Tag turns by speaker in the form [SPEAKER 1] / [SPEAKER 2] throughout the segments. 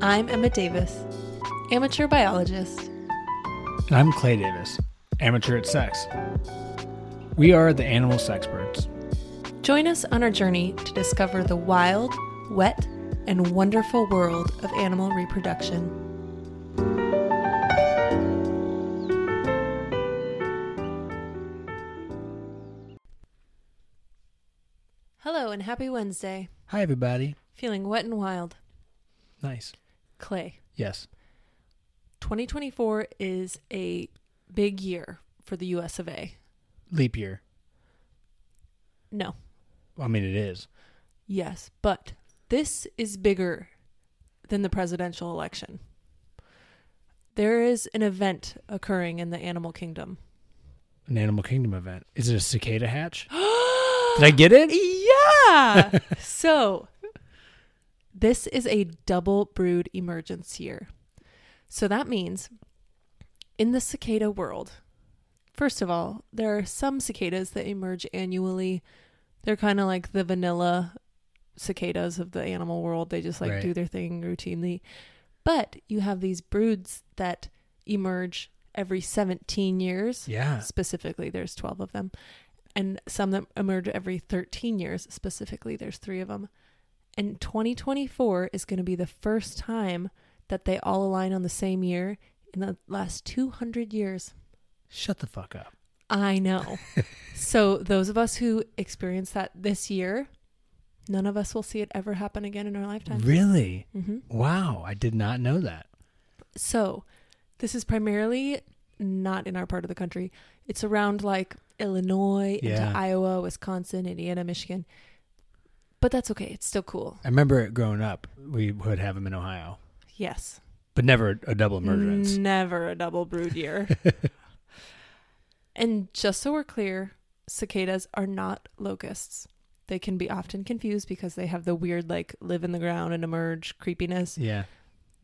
[SPEAKER 1] I'm Emma Davis, amateur biologist.
[SPEAKER 2] And I'm Clay Davis, amateur at sex. We are the animal sexperts.
[SPEAKER 1] Join us on our journey to discover the wild, wet, and wonderful world of animal reproduction. Hello and happy Wednesday.
[SPEAKER 2] Hi, everybody.
[SPEAKER 1] Feeling wet and wild.
[SPEAKER 2] Nice.
[SPEAKER 1] Clay,
[SPEAKER 2] Yes.
[SPEAKER 1] 2024 is a big year for the US of A.
[SPEAKER 2] Leap year.
[SPEAKER 1] No,
[SPEAKER 2] I mean, it is.
[SPEAKER 1] yes, but this is bigger than the presidential election. There is an event occurring in the animal kingdom.
[SPEAKER 2] An Animal Kingdom event. Is it a cicada hatch? Did I get it?
[SPEAKER 1] Yeah! so, this is a double brood emergence year. So, that means in the cicada world, first of all, there are some cicadas that emerge annually. They're kind of like the vanilla cicadas of the animal world, they just like
[SPEAKER 2] Right.
[SPEAKER 1] do their thing routinely. But you have these broods that emerge every 17 years
[SPEAKER 2] Yeah.
[SPEAKER 1] specifically there's 12 of them and some that emerge every 13 years specifically there's three of them and 2024 is going to be the first time that they all align on the same year in the last 200 years
[SPEAKER 2] Shut the fuck up.
[SPEAKER 1] i know so those of us who experienced that this year none of us will see it ever happen again in our lifetime
[SPEAKER 2] Really?
[SPEAKER 1] hmm
[SPEAKER 2] Wow. I did not know that.
[SPEAKER 1] So, this is primarily not in our part of the country. It's around like Illinois,
[SPEAKER 2] Yeah.
[SPEAKER 1] into Iowa, Wisconsin, Indiana, Michigan. But that's okay. It's still cool.
[SPEAKER 2] I remember it growing up. We would have them in Ohio,
[SPEAKER 1] Yes.
[SPEAKER 2] but never a double emergence.
[SPEAKER 1] Never a double brood year. and just so we're clear, cicadas are not locusts. They can be often confused because they have the weird, like, live in the ground and emerge creepiness.
[SPEAKER 2] Yeah.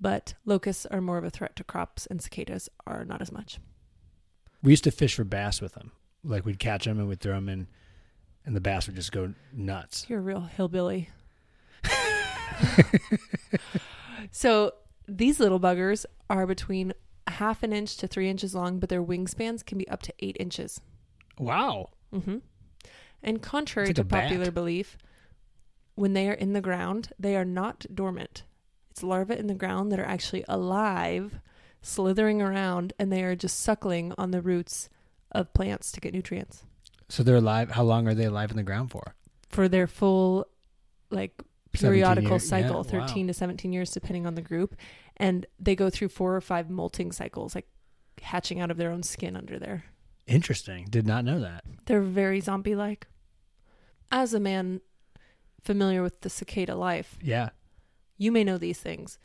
[SPEAKER 1] But locusts are more of a threat to crops, and cicadas are not as much.
[SPEAKER 2] We used to fish for bass with them. Like we'd catch them and we'd throw them in, and the bass would just go nuts.
[SPEAKER 1] You're a real hillbilly. so these little buggers are between a half an inch to three inches long, but their wingspans can be up to eight inches.
[SPEAKER 2] Wow.
[SPEAKER 1] hmm And contrary
[SPEAKER 2] It's
[SPEAKER 1] to
[SPEAKER 2] like Mm-hmm. a bat.
[SPEAKER 1] popular belief, when they are in the ground, they are not dormant. It's larvae in the ground that are actually alive, slithering around, and they are just suckling on the roots of plants to get nutrients
[SPEAKER 2] So they're alive. How long are they alive in the ground for?
[SPEAKER 1] for their full like periodical
[SPEAKER 2] years, yeah,
[SPEAKER 1] cycle
[SPEAKER 2] wow.
[SPEAKER 1] 13 to 17 years depending on the group and they go through four or five molting cycles like hatching out of their own skin under there
[SPEAKER 2] Interesting. Did not know that.
[SPEAKER 1] they're very zombie like as a man familiar with the cicada life
[SPEAKER 2] Yeah.
[SPEAKER 1] you may know these things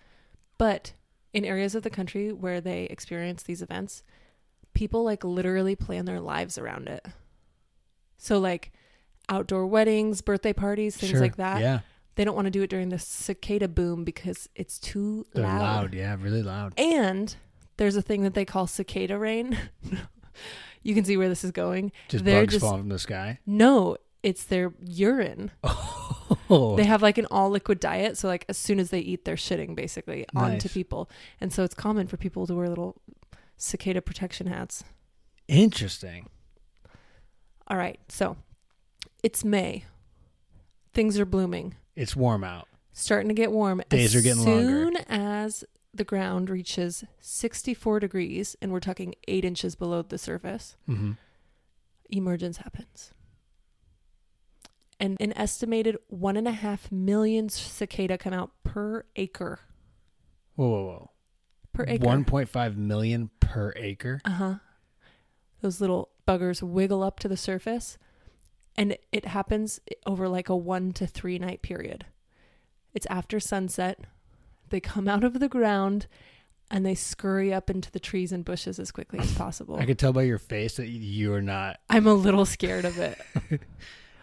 [SPEAKER 1] but in areas of the country where they experience these events people like literally plan their lives around it so like outdoor weddings birthday parties things
[SPEAKER 2] Sure.
[SPEAKER 1] like that
[SPEAKER 2] Yeah.
[SPEAKER 1] they don't want to do it during the cicada boom because it's too
[SPEAKER 2] They're
[SPEAKER 1] loud.
[SPEAKER 2] loud. Yeah. Really loud.
[SPEAKER 1] And there's a thing that they call cicada rain. you can see where this is going.
[SPEAKER 2] Just
[SPEAKER 1] They're
[SPEAKER 2] bugs
[SPEAKER 1] just-
[SPEAKER 2] falling from the sky.
[SPEAKER 1] No, it's their urine.
[SPEAKER 2] Oh.
[SPEAKER 1] They have like an all liquid diet, so like as soon as they eat, they're shitting basically onto
[SPEAKER 2] Nice.
[SPEAKER 1] people. And so it's common for people to wear little cicada protection hats.
[SPEAKER 2] Interesting.
[SPEAKER 1] All right, so it's May. Things are blooming.
[SPEAKER 2] It's warm out.
[SPEAKER 1] starting to get warm.
[SPEAKER 2] Days
[SPEAKER 1] as
[SPEAKER 2] are getting longer.
[SPEAKER 1] soon as the ground reaches 64 degrees, and we're talking eight inches below the surface,
[SPEAKER 2] Mm-hmm.
[SPEAKER 1] emergence happens. And an estimated one and a half million cicada come out per acre.
[SPEAKER 2] Whoa, whoa, whoa.
[SPEAKER 1] Per acre.
[SPEAKER 2] 1.5 million per acre.
[SPEAKER 1] Uh huh. Those little buggers wiggle up to the surface, and it happens over like a one to three night period. It's after sunset. They come out of the ground and they scurry up into the trees and bushes as quickly as possible.
[SPEAKER 2] I could tell by your face that you are not.
[SPEAKER 1] I'm a little scared of it.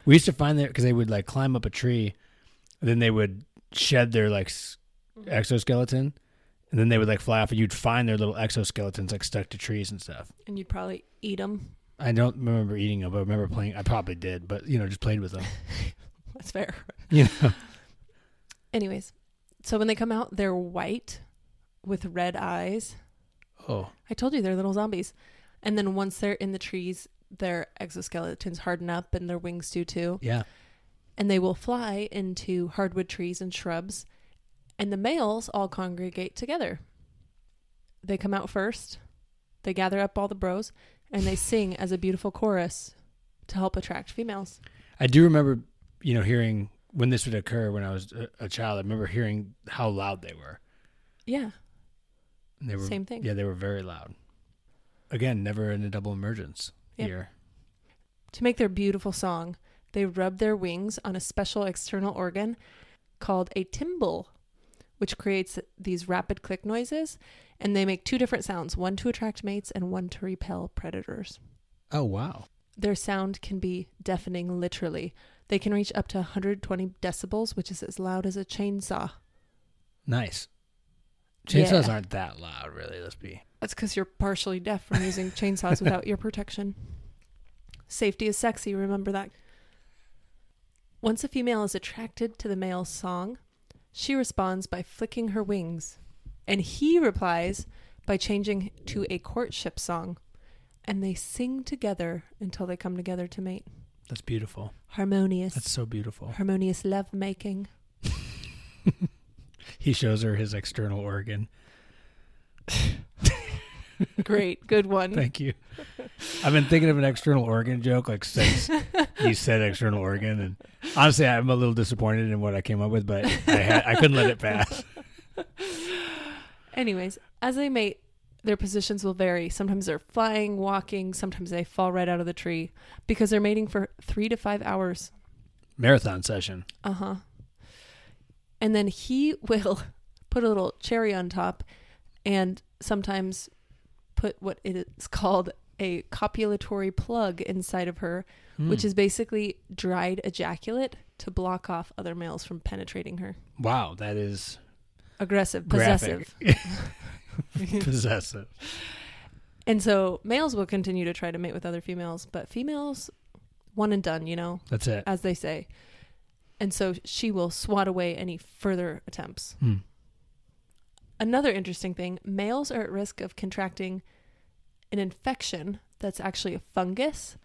[SPEAKER 2] We used to find that because they would like climb up a tree, then they would shed their like s- exoskeleton, and then they would like fly off, and you'd find their little exoskeletons like stuck to trees and stuff.
[SPEAKER 1] And you'd probably eat them.
[SPEAKER 2] I don't remember eating them, but I remember playing. I probably did, but you know, just played with them.
[SPEAKER 1] That's fair.
[SPEAKER 2] You know,
[SPEAKER 1] Anyways, So when they come out, they're white with red eyes.
[SPEAKER 2] Oh,
[SPEAKER 1] I told you they're little zombies. And then once they're in the trees, their exoskeletons harden up and their wings do too.
[SPEAKER 2] yeah.
[SPEAKER 1] And they will fly into hardwood trees and shrubs. And the males all congregate together. They come out first, they gather up all the bros, and they sing as a beautiful chorus to help attract females.
[SPEAKER 2] I do remember, you know, hearing when this would occur when I was a, a child. I remember hearing how loud they were.
[SPEAKER 1] Yeah.
[SPEAKER 2] And They were
[SPEAKER 1] Same thing.
[SPEAKER 2] Yeah, they were very loud. Again, never in a double emergence
[SPEAKER 1] Yep.
[SPEAKER 2] here.
[SPEAKER 1] To make their beautiful song, they rub their wings on a special external organ called a timbal, which creates these rapid click noises, and they make two different sounds one to attract mates and one to repel predators.
[SPEAKER 2] Oh wow.
[SPEAKER 1] Their sound can be deafening, literally. They can reach up to 120 decibels, which is as loud as a chainsaw.
[SPEAKER 2] Nice. Chainsaws
[SPEAKER 1] Yeah.
[SPEAKER 2] aren't that loud, really. Let's be.
[SPEAKER 1] That's because you're partially deaf from using chainsaws without your protection. Safety is sexy, remember that. Once a female is attracted to the male's song, she responds by flicking her wings, and he replies by changing to a courtship song, and they sing together until they come together to mate.
[SPEAKER 2] That's beautiful.
[SPEAKER 1] Harmonious,
[SPEAKER 2] That's so beautiful.
[SPEAKER 1] harmonious love making.
[SPEAKER 2] He shows her his external organ.
[SPEAKER 1] Great, good one.
[SPEAKER 2] Thank you. I've been thinking of an external organ joke like since you said external organ, and honestly, I'm a little disappointed in what I came up with, but I had, I couldn't let it pass.
[SPEAKER 1] Anyways, as they mate, their positions will vary. Sometimes they're flying, walking, sometimes they fall right out of the tree because they're mating for three to five hours.
[SPEAKER 2] Marathon session.
[SPEAKER 1] Uh huh. And then he will put a little cherry on top and sometimes put what it is called a copulatory plug inside of her,
[SPEAKER 2] Hmm. Mm.
[SPEAKER 1] which is basically dried ejaculate to block off other males from penetrating her.
[SPEAKER 2] Wow, that is
[SPEAKER 1] Aggressive, possessive.
[SPEAKER 2] graphic. possessive.
[SPEAKER 1] And so males will continue to try to mate with other females, but females, one and done, you know,
[SPEAKER 2] That's it.
[SPEAKER 1] as they say. And so she will swat away any further attempts.
[SPEAKER 2] Hmm.
[SPEAKER 1] Another interesting thing males are at risk of contracting an infection that's actually a fungus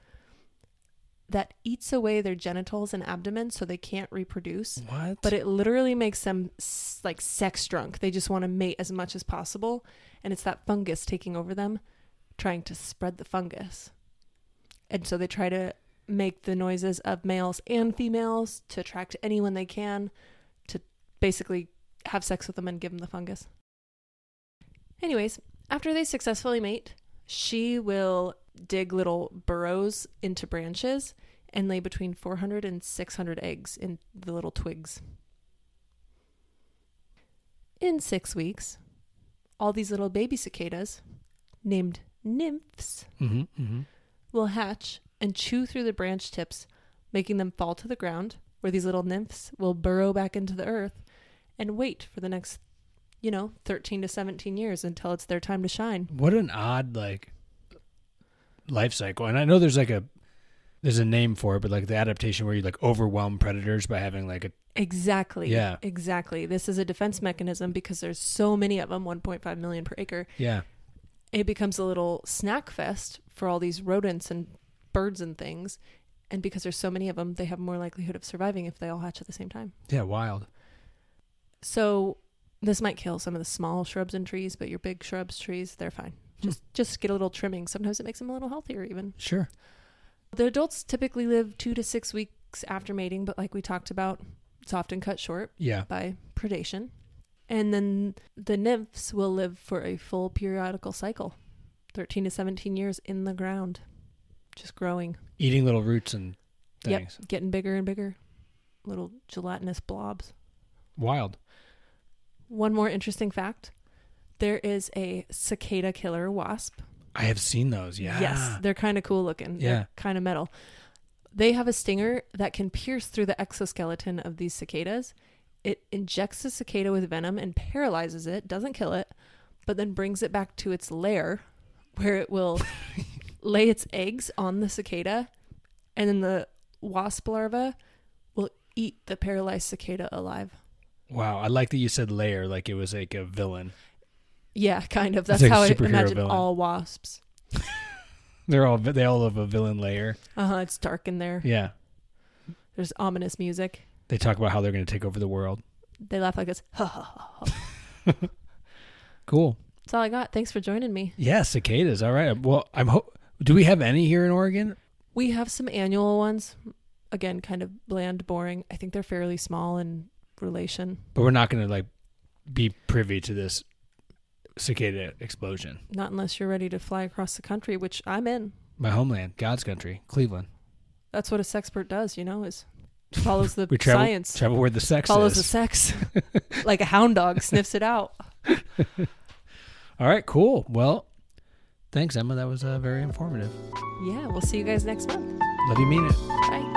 [SPEAKER 1] that eats away their genitals and abdomen so they can't reproduce
[SPEAKER 2] What?
[SPEAKER 1] but it literally makes them s- like sex drunk. They just want to mate as much as possible, and it's that fungus taking over them, trying to spread the fungus. And so they try to make the noises of males and females to attract anyone they can to basically have sex with them and give them the fungus. Anyways, after they successfully mate, she will dig little burrows into branches and lay between 400 and 600 eggs in the little twigs. In six weeks, all these little baby cicadas, named nymphs,
[SPEAKER 2] hmm hmm
[SPEAKER 1] will hatch and chew through the branch tips, making them fall to the ground, where these little nymphs will burrow back into the earth and wait for the next, you know, 13 to 17 years until it's their time to shine.
[SPEAKER 2] What an odd like life cycle. And I know there's like a there's a name for it, but like the adaptation where you like overwhelm predators by having like a
[SPEAKER 1] Exactly.
[SPEAKER 2] Yeah.
[SPEAKER 1] Exactly. This is a defense mechanism because there's so many of them, 1.5 million per acre.
[SPEAKER 2] yeah.
[SPEAKER 1] it becomes a little snack fest for all these rodents and birds and things. And because there's so many of them, they have more likelihood of surviving if they all hatch at the same time.
[SPEAKER 2] Yeah, wild.
[SPEAKER 1] So this might kill some of the small shrubs and trees, but your big shrubs, trees, they're fine. Just just get a little trimming. Sometimes it makes them a little healthier even.
[SPEAKER 2] Sure.
[SPEAKER 1] The adults typically live 2 to 6 weeks after mating, but like we talked about, it's often cut short
[SPEAKER 2] Yeah.
[SPEAKER 1] by predation. And then the nymphs will live for a full periodical cycle 13 to 17 years in the ground, just growing,
[SPEAKER 2] Eating little roots and
[SPEAKER 1] Yep.
[SPEAKER 2] things.
[SPEAKER 1] getting bigger and bigger, little gelatinous blobs.
[SPEAKER 2] Wild.
[SPEAKER 1] One more interesting fact there is a cicada killer wasp.
[SPEAKER 2] I have seen those. Yeah.
[SPEAKER 1] Yes, they're kind of cool looking. They're
[SPEAKER 2] Yeah.
[SPEAKER 1] Kind of metal. They have a stinger that can pierce through the exoskeleton of these cicadas. It injects the cicada with venom and paralyzes it, doesn't kill it, but then brings it back to its lair where it will lay its eggs on the cicada and then the wasp larva will eat the paralyzed cicada alive.
[SPEAKER 2] Wow, I like that you said layer, like it was like a villain.
[SPEAKER 1] Yeah, kind of. That's
[SPEAKER 2] like a
[SPEAKER 1] how I
[SPEAKER 2] superhero
[SPEAKER 1] imagine
[SPEAKER 2] villain.
[SPEAKER 1] all wasps.
[SPEAKER 2] They're all they all have a villain layer.
[SPEAKER 1] Uh huh. It's dark in there.
[SPEAKER 2] Yeah,
[SPEAKER 1] There's ominous music.
[SPEAKER 2] they talk about how they're going to take over the world.
[SPEAKER 1] They laugh like this. Ha ha ha. ha.
[SPEAKER 2] Cool.
[SPEAKER 1] That's all I got. Thanks for joining me.
[SPEAKER 2] Yeah, cicadas. All right. Well, I'm. Ho- Do we have any here in Oregon?
[SPEAKER 1] We have some annual ones. Again, kind of bland, boring. I think they're fairly small in relation.
[SPEAKER 2] But we're not going to like be privy to this cicada explosion.
[SPEAKER 1] Not unless you're ready to fly across the country, which I'm in.
[SPEAKER 2] My homeland, God's country, Cleveland.
[SPEAKER 1] That's what a sexpert does, you know, is follows the
[SPEAKER 2] We travel
[SPEAKER 1] science,
[SPEAKER 2] travel where the sex
[SPEAKER 1] follows the
[SPEAKER 2] is.
[SPEAKER 1] sex, like a hound dog sniffs it out.
[SPEAKER 2] All right. Cool. Well, thanks, Emma. That was uh, very informative.
[SPEAKER 1] Yeah, we'll see you guys next month.
[SPEAKER 2] Love you. Mean it.
[SPEAKER 1] Bye.